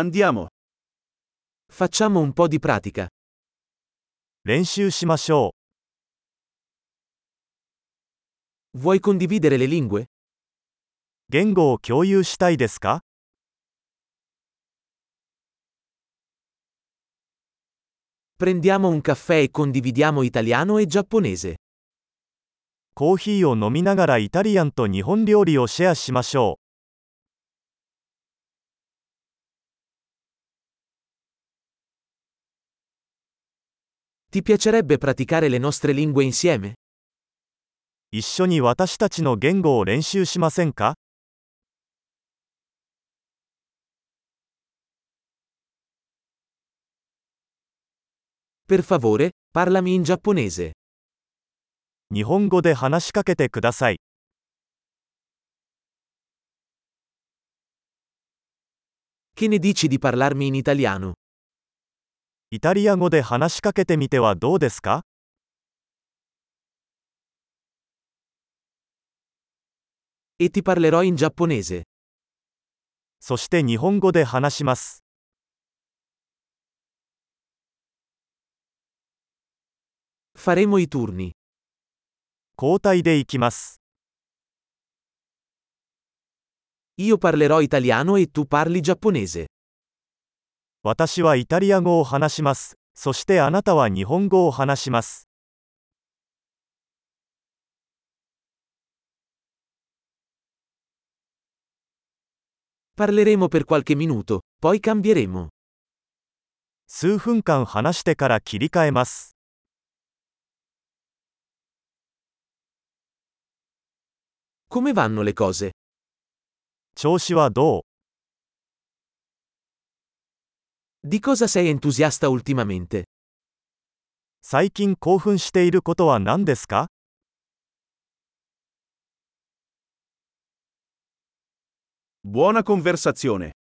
Andiamo. Facciamo un po' di pratica. 練習しましょ Vuoi condividere le lingue? う。言語を共有したいですか Prendiamo un caffè e condividiamo italiano e giapponese. コーヒーを飲みながらイタリアンと日本料理をシェアしましょ Ti piacerebbe praticare le nostre lingue insieme? う。一緒に私たちの言語を練習しませんか Per favore, parlami in giapponese. 日本語で話しかけてください。 Che ne dici di parlarmi in italiano? イタリア語で話しかけてみてはどうですか E ti parlerò in giapponese. そして日本語で話します。 Faremo i turni. 交代でいきます。 Io parlerò italiano e tu parli giapponese. 私はイタリア語を話します。そしてあなたは日本語を話します。 Parleremo per qualche minuto, poi cambieremo. 数分間話してから切り替えます。 Come vanno le cose? 調子はどう Di cosa sei entusiasta ultimamente? 最近興奮していることは何ですか Buona conversazione.